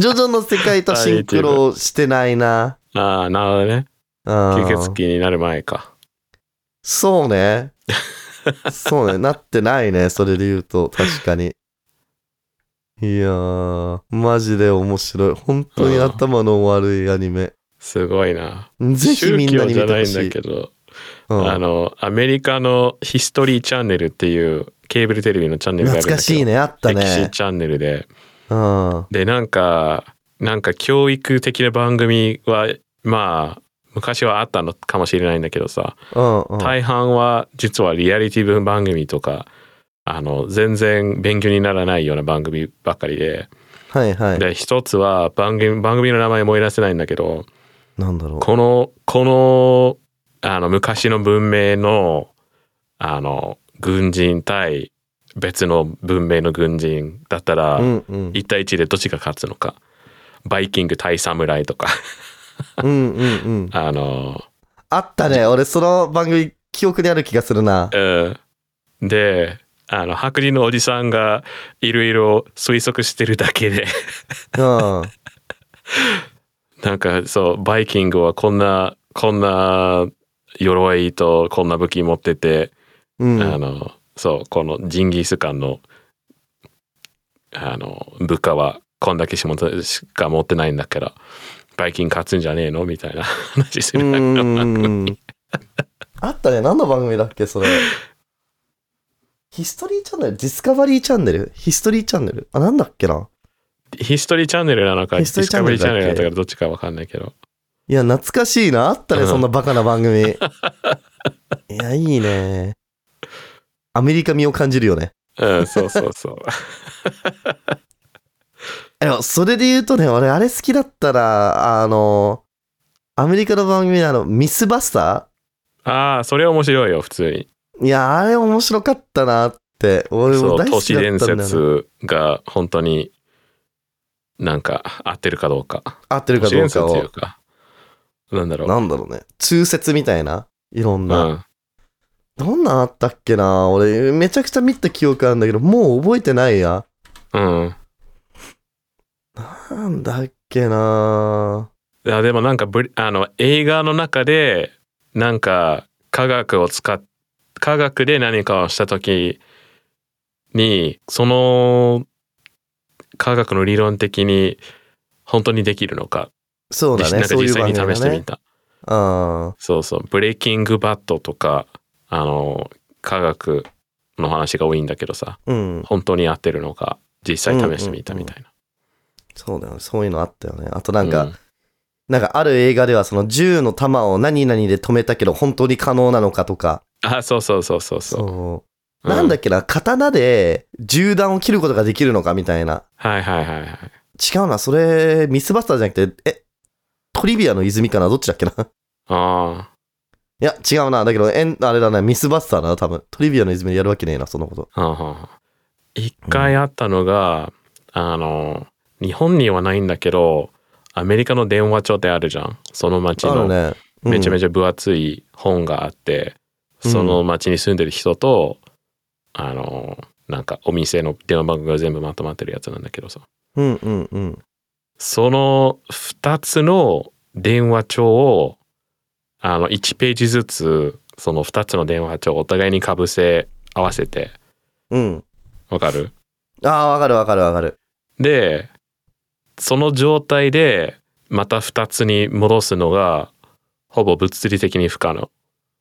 ジョジョの世界とシンクロしてないな。ああなるほどね吸吸血鬼になる前かそうね。そうね。なってないね。それで言うと、確かに。いやー、マジで面白い。本当に頭の悪いアニメ。すごいなぜひみんなに見宗教じゃてなほいんしだい。けど、うんあのアメリカのヒストリーチャンネルっていうケーブルテレビのチャンネルがあるん懐だけどかしいね。あった歴史ね。チャンネルでうん。でなんかなんか教育的な番組はまあ昔はあったのかもしれないんだけどさ、うん、うん。大半は実はリアリティ分番組とかあの全然勉強にならないような番組ばっかりで、はいはい。で一つは番組番組の名前思い出せないんだけどなんだろこのこのあの昔の文明のあの軍人対別の文明の軍人だったら、う。うんうん。 1対1でどっちが勝つのかバイキング対侍とか うんうんうん。あのあったね。俺、その番組、記憶にある気がするな。うん、であの白人のおじさんがいろいろ推測してるだけで うん。なんかそうバイキングはこんなこんな鎧とこんな武器持ってて、うん。あのそうこのジンギスカンのあの部下はこんだけしもたしか持ってないんだからバイキング勝つんじゃねえのみたいな 話すうるだけのーん。あったね。何の番組だっけ、それ。ヒストリーチャンネルディスカバリーチャンネルヒストリーチャンネルあ、なんだっけなヒストリーチャンネルなのかデヒィストリスーチャカンバネリーチルだャっンけネルだったからどっちかわかんないけどいや、懐かしいな。あったね、うんそんなバカな 番組。いや、いいね。アメリカ味を感じるよね。 うんそうそうそういや、それで言うとね、俺、あれ好きだったら、あの、アメリカの番組のあの、ミスバスタああそれ面白いよ普通にーいや、あれ面白かったなって。俺そもう大好都き市だった伝んだよ、ね。説が本当になんか合ってるかどうか合ってる都か市どう伝説かといをう。かなんだろうなんだろうね。通説みたいな。いろんうな。んどんなんあったっけな俺、めちゃくちゃ見た記憶あるんだけど、もう覚えてないや。うんなんだっけないやでもなんかブリあの映画の中でなんか科学を使っ科学で何かをした時にその科学の理論的に本当にできるのかそうだなね。んかそうい実う際番に組試しだてみね。た。あそうそう、ブレイキングバットとか、あの、科学の話が多いんだけどさ、ーうん。本当に合ってるのか、実際試してみたみたいな。そうだよね。そういうのあったよね。あとなんか、なんかある映画ではその銃の弾を何々で止めたけど本当に可能なのかとか。うん、あ、そうそうそうそうそう。そう。なんだっっけな、刀で銃弾を切ることができるのかみたいな。はいはいはいはい。違うな、それ、ミスバスターじゃなくて、え、トリビアの泉かなどっちだっけないあや、違うな。だけど、えん、あれだね、ミスバスターだな、多分。トリビアの泉でやるわけねえな、そんなこと。あ、はあはあ一回あったのが、あの、日本にはないんだけど、アメリカの電話帳ってあるじゃん。その町あのるね。めちゃめちちゃ分厚い本があって、うんその町に住んでる人とあのなんかお店の電話番号が全部まとまってるやつなんだけどさゃ。うんうんうん。その2つの電話帳をあの1ページずつその2つの電話帳をお互いにかぶせ合わせてうん。わかるああ、わかるわかるわかる。でその状態でまた2つに戻すのがほぼ物理的に不可能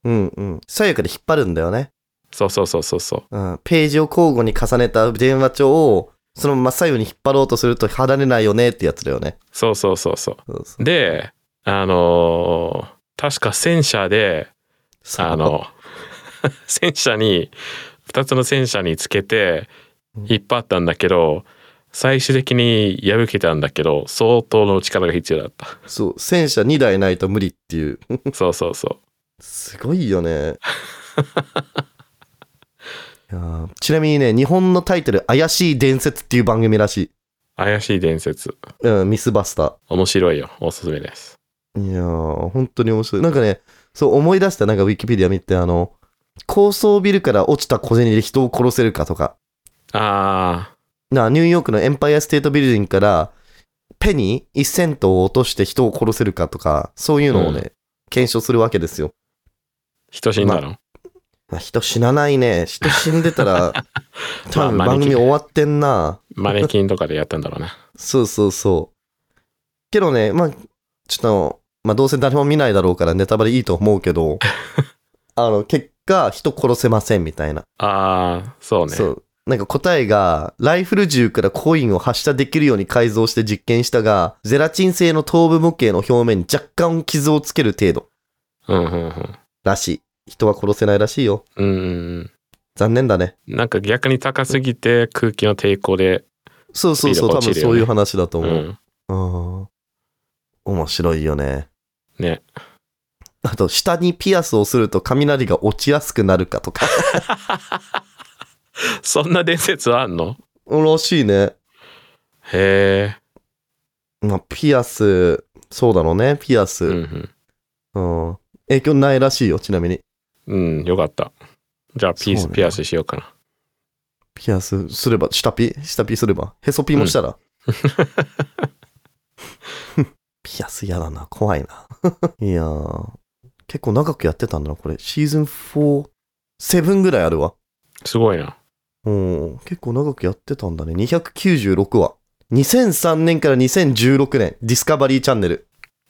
うんうん。左右で引っ張るんだよね。そうそうそうそうそううん。ページを交互に重ねた電話帳を、そのまま左右に引っ張ろうとすると離れないよねってやつだよね。そうそうそうそうそうそうで、あのー確か戦車で、あ、の、 戦車に、2つの戦車につけてうん引っ張ったんだけど、最終的に破けたんだけど、相当の力が必要だった。そう、戦車2台ないと無理っていう。そうそうそすごい よね。いやーちなみにね、日本のタイトル、怪しい伝説っていう番組らしい。う。怪しい伝説。うん、ミスバスタ面白いよ。おすすめです。ー。いやー、本当に面白い。なんかね、そう思い出した、なんかウィキペディア見て、あの、高層ビルから落ちた小銭で人を殺せるかとか、あなニューヨークのエンパイアステートビルディングから、ペニー1セントを落として人を殺せるかとか、そういうのをね、う検証するわけですよ。ー、人死んだの、あ人死なないね。人死んでた ら、多分まあ番組招き終わってんな。マネキンとかでやったんだろうな。そうそうそう。けどね、まあ、ちょっと、まあどうせ誰も見ないだろうからネタバレいいと思う けど、あの、結果、人殺せませんみたいな。 ああ、そうね。そう。なんか答えが、ライフル銃からコインを発射できるように改造して実験したが、ゼラチン製の頭部模型の表面に若干傷をつける程度うんうんうん。らしい。人は殺せないらしいよ。うんうん残念だね。うん。なんか逆に高すぎて空気の抵抗で、そうそうそう、多スピードが落分ちるよそねういう話だとう思う。ん。うん。面白いよね。ね。あと、下にピアスをすると雷が落ちやすくなるかとか。そんな伝説あんのらしいね。へまあ、ピアス、そうだろうね、ピアス。え。ううん。ん影響ないらしいよ、ちなみに。うん。うん、よかった。じゃあ、ピーそス、うねピアスしようかな。ピアスすれば、下ピ下ピすれば。へそピもしたら。 ピアス嫌だな、怖いな。 いやー、結構長くやってたんだな、これ。シーズン4、7ぐらいあるわ。すごいな。うん、結構長くやってたんだね。296話。2003年から2016年、ディスカバリーチャンネル。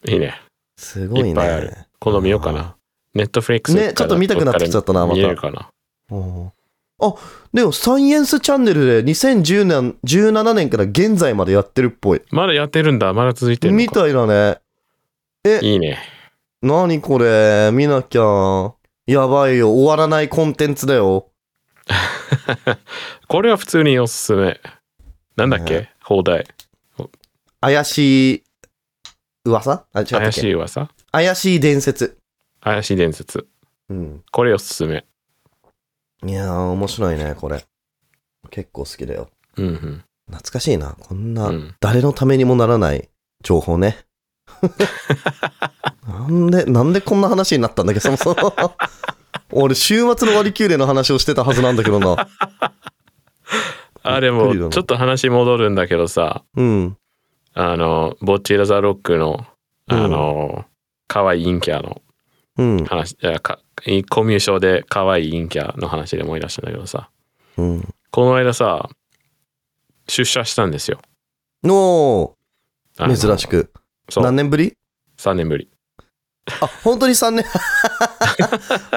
いいね。すごいね。いっぱいある今度見ようかあーな。ネットフリックスねちょっと見たくなってきちゃったなまた見れるかな。うんあ、でもサイエンスチャンネルで2010年、17年から現在までやってるっぽい。まだやってるんだ。まだ続いてるのみか。たいだね。いいね。 何これ、見なきゃ。やばいよ、終わらないコンテンツだよ。これは普通におすすめ。なんだっけ放題。怪しい噂あ、違ったっけ怪しい噂怪しい伝説。怪しい伝説。うん。これおすすめ。いやー、面白いね、これ。結構好きだよ。うん懐かしいな。こんうん。なう、ん、誰のためにもならない情 報ね。なんで、なんでこんな話になったんだっけ、そもそも。俺、週末の割り休例の話をしてたはずなんだけどな。あ、でびっくりだも、なちょっと話戻るんだけどさ、うん。あの、ボッチーラザロックの、あの、可愛い陰キャのうん。話いやかコミュ障で可愛い陰キャの話で思い出したんだけどさうん。この間さ出社したんですよのあの珍しく。そう何年ぶり3年ぶりあ、本当に3年。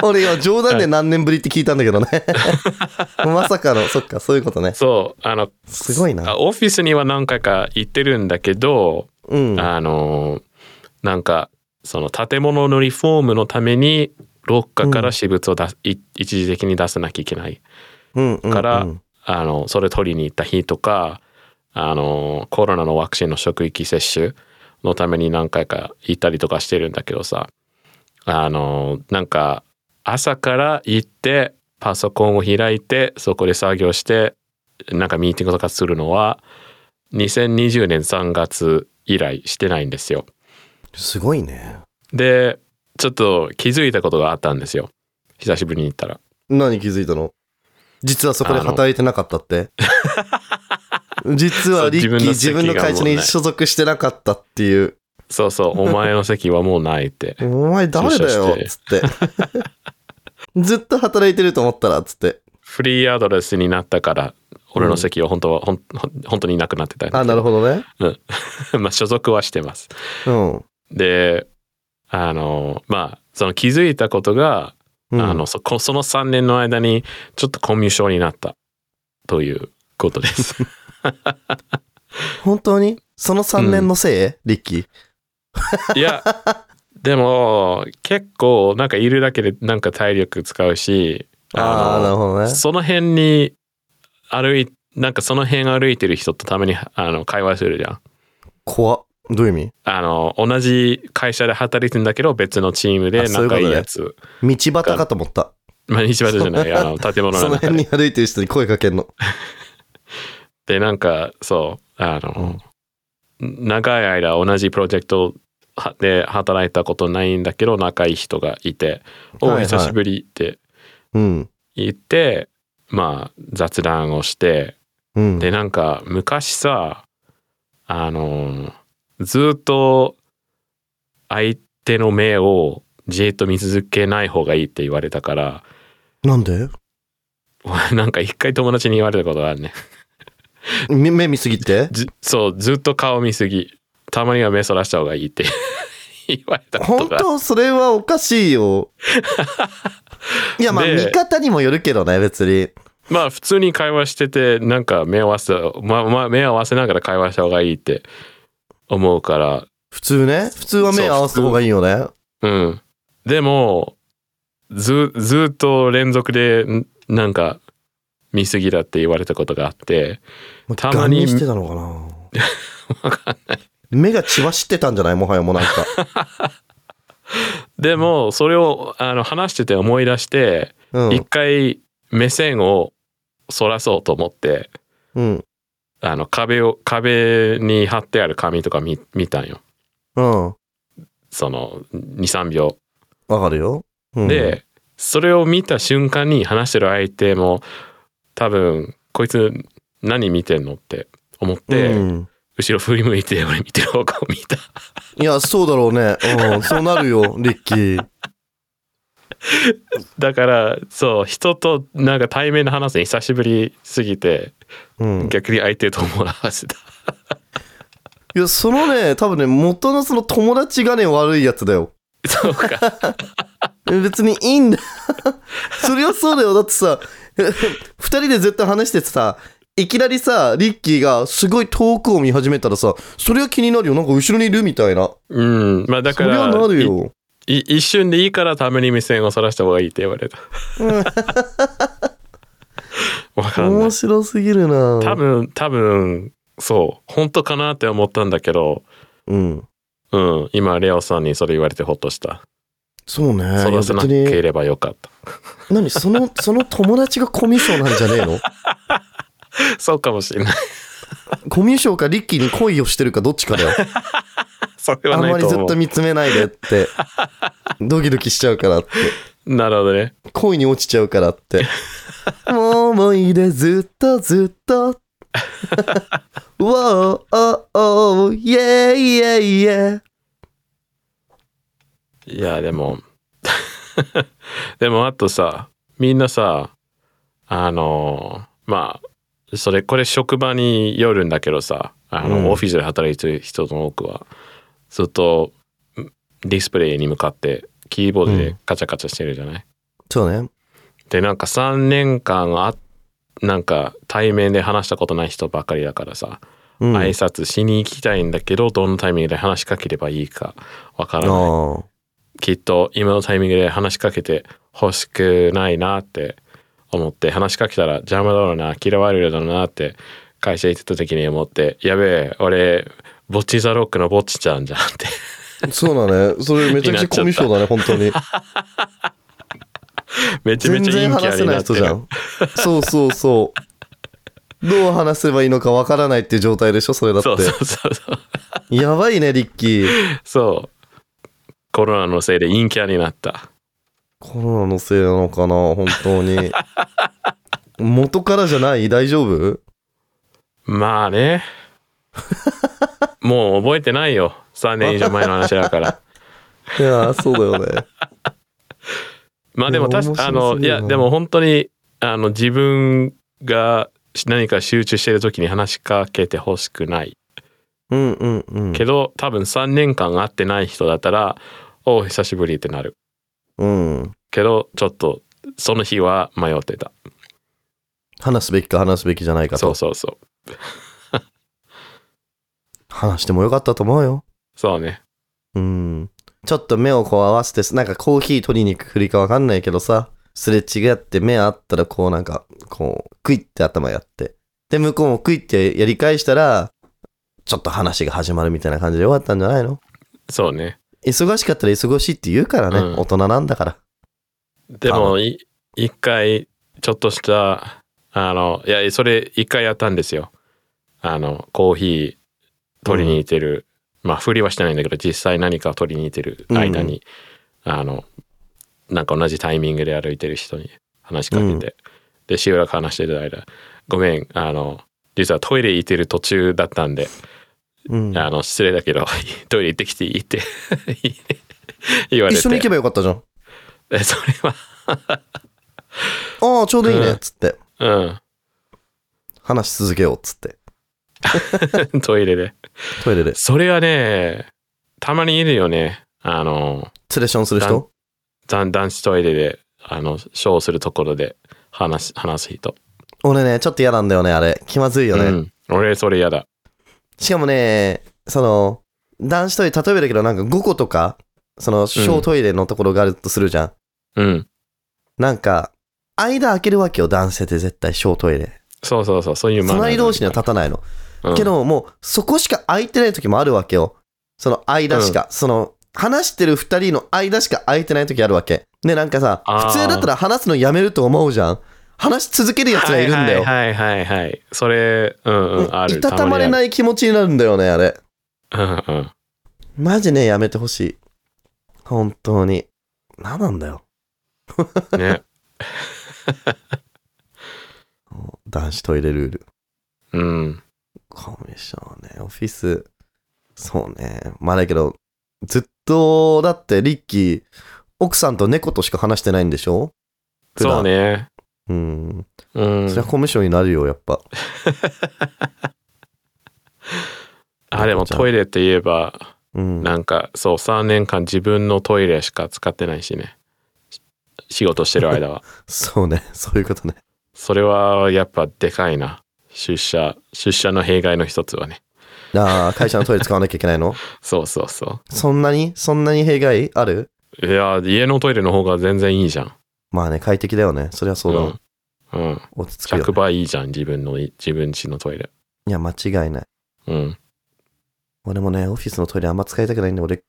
俺今冗談で何年ぶりって聞いたんだけどね。 まさかの、そっか、そういうことね。そうあのすごいあな。オフィスには何回か行ってるんだけど、うん。あのなんかその建物のリフォームのためにロッカーから私物を出す、い一時的に出さなきゃいけないうんうんからうんあのそれ取りに行った日とかあのコロナのワクチンの職域接種のために何回か行ったりとかしてるんだけどさあのなんか朝から行ってパソコンを開いてそこで作業してなんかミーティングとかするのは2020年3月以来してないんですよ。すごいね。でちょっと気づいたことがあったんですよ久しぶりに行ったら。何気づいたの実はそこであの働いてなかったって 実そはうリッキー自自分分のの席がもう会社に所属してなかったっていうそう そうお前の席はもうないって「お前誰だよ」出つって 「ずっと働いてると思ったら」つってフリーアドレスになったから俺の席は本当は、ほん、ほん本当にいなくなってたあなるほほどねど まあ所属はしてますうん、であのまあその気づいたことが、うんあのそこその3年の間にちょっとコミュ障になったということです 本当にその3年のせい、リッキーいやでも結構なんかいるだけでなんか体力使うしああーなるほどねその辺に歩いなんかその辺歩いてる人とためにあの会話するじゃん怖っどういう意あの同じ会社で働いてんだけど別のチームあでそういうこ仲とねいいやつ味道端かと思ったまあ西畑じゃ ないあの建物そのの中辺でに歩いてる人に声かけんのでなんかそうあの、長い間同じプロジェクトはで働いたことないんだけど仲いい人がいて「お、はいはい久しぶり」ってうん言ってまあ雑談をしてうんでなんか昔さあのずっと相手の目をじーっと見続けない方がいいって言われたから なんで俺なんか一回友達に言われたことがあるねみ目見すぎてずそうずっと顔見すぎたまには目そらした方がいいって 言われたこと本が当それはおかしいよ。いや、まあ、で見方にもよるけどね、別に。まあ普通に会話しててなんか目を合わせ、まあまあ、目を合わせながら会話した方がいいって思うから普通ね。普通は目合わせた方がいいよね。うん。でも、ず、ずっと連続で、んなんか、見すぎだって言われたことがあって、もうたまにガンしてたのかな。 わかんない。目が血走ってたんじゃないもはやもうなんか。でも、それを、あの、話してて思い出して、う一、ん。回、目線をそらそうと思って、うん。あの、壁を、壁に貼ってある紙とか見、見たんよ。うん。その、2、3秒。わかるよ。うん、で、それを見た瞬間に話してる相手も、多分、こいつ、何見てんのって思って、うん、後ろ振り向いて俺 見てる方向を見た いや、そうだろうね。うん。そうなるよ、リッキー。だからそう人となんか対面の話すの久しぶりすぎてうん。逆に相手と思わせ た、いや、そのね、多分ね、元のその友達がね、悪いやつだよ。そうか 別にい いんだそれはそうだよだってさ 二人でずっと話しててさいきなりさリッキーがすごい遠くを見始めたらさそれは気になるよなんか後ろにいるみたいなうんまあだそかれはらなるよいい一瞬でいいからために目線をそらした方がいいって言わ れた わかんない面白すぎるな多分多分そう本当かなって思ったんだけどうんうん今レオさんにそれ言われてほっとしたそうねそらさな別けにればよかった 何そのその友達がコミュ障なんじゃねえのそうかもしれない コミュ障かリッキーに恋をしてるかどっちかだよそれはあんないまりとず思っうと見つめないでってドキドキしちゃうからってなるほどね恋に落ちちゃうからって。もう思い出ずっとずっと。わおおおイェイイェイイェイ。いやでも でもあとさみんなさあのまあそれこれ職場によるんだけどさあの、うんオフィスで働いてる人の多くはずっとんディスプレイに向かってキーボードでカチャカチャしてるじゃない、そうね。でなんか3年間あなんか対面で話したことない人ばかりだからさ、うん。挨拶しに行きたいんだけどどのタイミングで話しかければいいかわからないあきっと今のタイミングで話しかけて欲しくないなって思って話しかけたら邪魔だろうな嫌われるだろうなって会社行ってた時に思ってやべえ俺ボッチザロックのボッチちゃんじゃんってあ。そうだね。それめちゃくちゃコミュ障だね、本当に。めちゃめ全ちゃ然陰キ話ャせになないって人るじゃん。そうそうそう。どう話せばいいのかわからないっていう状態でしょ、それだって。そうそうそうそうやばいね、リッキー。そうコロナのせいで陰キャになったコロナのせいなのかな、本当に。 元からじゃない大丈夫まあねもう覚えてないよ3年以上前の話だからいやー、そうだよね。まあでもいや確かあ面白のすいぎるなやでも本当にあの自分が何か集中してる時に話しかけてほしくない うんうんうん。けど多分3年間会ってない人だったら「おう久しぶり」ってなるうん。けどちょっとその日は迷ってた話すべきか話すべきじゃないかそとう。そうそう話してもよかったと思うよ。そうねうん。ちょっと目をこう合わせて、なんかコーヒー取りに行くふりかわかんないけどさ、すれ違って目合ったらこうなんか、こう、クイって頭やって。で、向こうもクイってやり返したら、ちょっと話が始まるみたいな感じでよかったんじゃないのそうね忙しかったら忙しいって言うからね、うん大人なんだから。で多もい一回ちょっとしたあのいやそれ一回やったんですよあのコーヒー取りに行ってる、まあふりはしてないんだけど実際何かを取りに行ってる間に、あのなんか同じタイミングで歩いてる人に話しかけて、うんでしばらく話してる間「ごめんあの実はトイレ行ってる途中だったんでうん。あの失礼だけど トイレ行ってきていい?」って 言われて一緒に行けばよかったじゃん。えそれはああ、ちょうどいいね、うんつって。うん話し続けよう、つって。トイレで。トイレで。それはね、たまにいるよね。あの、セレッションするだん人男男子トイレで、あの、ショーするところで話す、話す人。俺ね、ちょっと嫌なんだよね、あれ。気まずいよね。うん。俺、それ嫌だ。しかもね、その、男子トイレ、例えばだけどなんか5個とか、その、小トイレのところがあるとするじゃん。うん。なんか、間開けるわけよ、男性って絶対小トイレ。そうそうそう、そういうマナー隣同士には立たないの。け、どもう、そこしか空いてない時もあるわけよ。その間しか、その、話してる二人の間しか空いてない時あるわけ。ね、なんかさ、あー普通だったら話すのやめると思うじゃん。話し続けるうんやつがいるんだよ。はいはいはいはい。それ、うんうん、ある。いたたまれい。ない気持ちになるんだよね、あれ。うんうん。マジね、やめてほしい。本当に。何なんだよ。ね。男子トイレルール。うん。コミュ障ね。オフィス。そうね。まあだけど、ずっと、だって、リッキー、奥さんと猫としか話してないんでしょ 普段そうね。うん。うんそりゃ。コミュ障になるよ、やっぱ。あ、でもトイレって言えば、うん。なんか、そう、3年間自分のトイレしか使ってないしね。し仕事してる間は。そうね。 そういうことね。それはやっぱでかいな。出社、出社の弊害の一つはね。ああ、会社のトイレ使わなきゃいけな いのそうそうそそんなにそんなに弊害あるう。いや、家のトイレの方が全然いいじゃん。まあね、快適だよね。そりゃそうだわ、うん。うん。落ち着くよ、 100ね。倍いいじゃん、自分の、自分家のトイレ。いや、間違いない。うん。俺もね、オフィスのトイレあんま使いたくないんで、俺、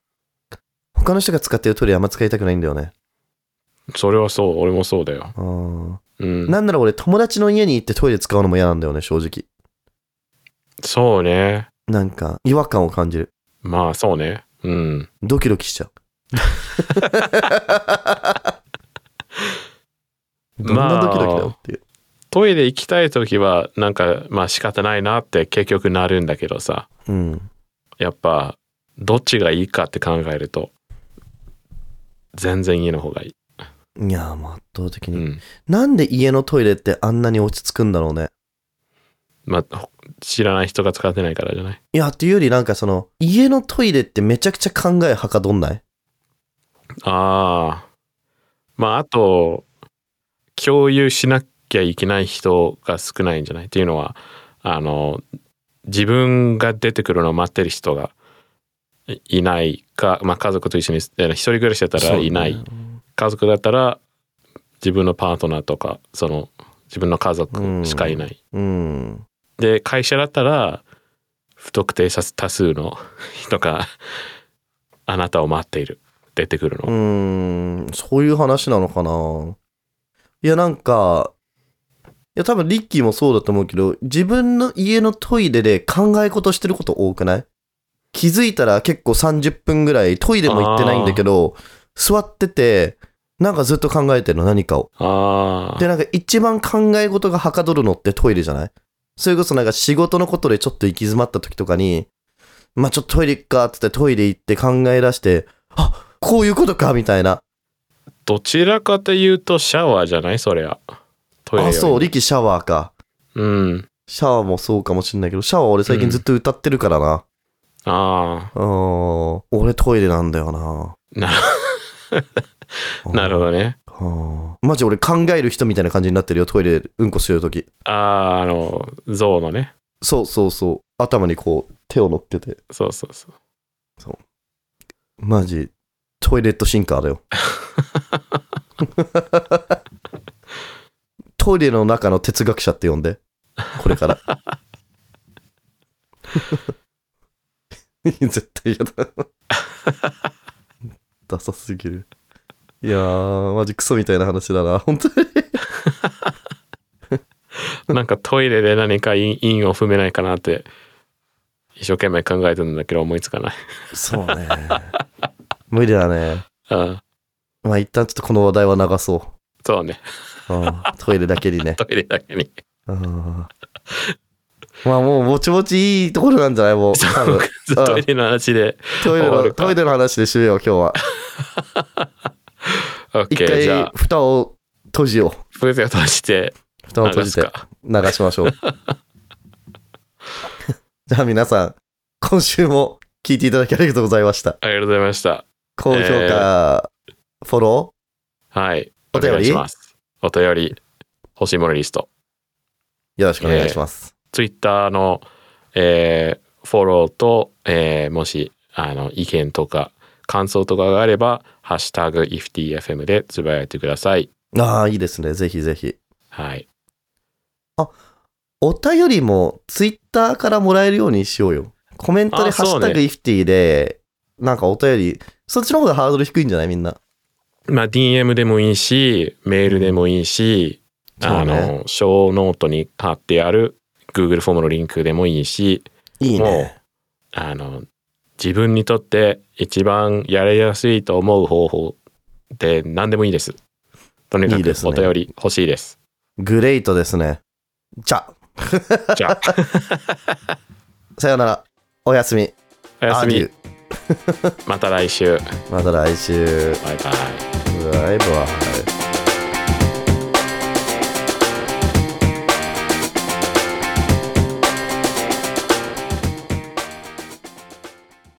他の人が使ってるトイレあんま使いたくないんだよね。それはそう、俺もそうだよ。うん。うん。なんなら俺、友達の家に行ってトイレ使うのも嫌なんだよね、正直。そうね。なんか、違和感を感じる。まあそうね。うん。ドキドキ しちゃう。どんなドキドキだよっていう。トイレ行きたい時は、なんか、まあ仕方ないなって結局なるんだけどさ。うん。やっぱ、どっちがいいかって考えると、全然家の方がいい。いやー、もう圧倒的うに、ん。なんで家のトイレってあんなに落ち着くんだろうね。まあ、ほ知らない人が使ってないからじゃないいや、っていうよりなんかその、家のトイレってめちゃくちゃ考えはかどんないああ。まあ、あと、共有しなきゃいけない人が少ないんじゃないっていうのは、あの、自分が出てくるのを待ってる人がいいないか、まあ、家族と一緒に、え一人暮らしだったらいない。そうね家族だったら、自分のパートナーとか、その、自分の家族しかいない。うん。で会社だったら不特定多数の人があなたを待っている出てくるうの、ーん、そういう話なのかな。いや、なんか、いや、多分リッキーもそうだと思うけど、自分の家のトイレで考え事してること多くない気づいたら結構30分ぐらい、トイレも行ってないんだけど、座ってて、なんかずっと考えてるの、何かを。あで、なんか一番考え事がはかどるのってトイレじゃないそれこそなんか仕事のことでちょっと行き詰まった時とかに、まあちょっとトイレ行くかってってトイレ行って考え出して、あこういうことかみたいな。あどちらかというとシャワーじゃないそりゃトイレよあ、りそう、リキシャワーか。うんシャワーもそうかもしんないけど、シャワー俺最近ずっと歌ってるからな。あうん、俺トイレなんだよな。なあなるほどねほど。マジ俺考える人みたいな感じになってるよ、トイレでうんこしてるとき。あああの象のねそうそうそう。頭にこう、手を乗っけて。そうそうそうマジ、トイレットシンカーだよ。 トイレの中の哲学者って呼んで。これから。 絶対嫌だ。 ダサすぎる。いやー、マジクソみたいな話だな。本当に。 なんかトイレで何か陰陰を踏めないかなって一生懸命考えてるんだけど思いつかないそうね。無理だね。うんまあ一旦ちょっとこの話題は流そそうねう。うん、トイレだけにね。トイレだけにうんまあもうぼちぼちいいところなんじゃないもう多 分トイレの話でトイレ終わのるかトイレの話で締めよう今日は一 OK じゃ回あ蓋を閉じよプレゼントしてう蓋を閉流じすてか流しましょう じゃあ皆さん今週も聞いていただきありがとうございましたありがとうございました。高評価、えフォロはい。お便願りいします。お便り、欲しいものリスト。ーよろしくお願いします、ツイッターの、えーフォローと、えーもし、あの、意見とか、感想とかがあれば、ハッシュタグ、iftfm でつぶやいてください。ああいいですねぜひぜひはい。お便りもツイッターからもらえるようにしようよコメントで「あハッシそュうねタグイフティ」でなんかお便りそっちの方がハードル低いんじゃないみんなまあ、DM でもいいし、メールでもいいし、あそうねの、小ノートに貼ってある Google フォームのリンクでもいいし、いいもうね。あの自分にとって一番やりやすいと思う方法で何でもいいです。とにかいいでくすねお便り欲しいです。グレイトですね。じゃ、じゃあさようなら。おやすみ。おやすアみデュ。ーまた来週。また来週。バイバイ。バイバイ。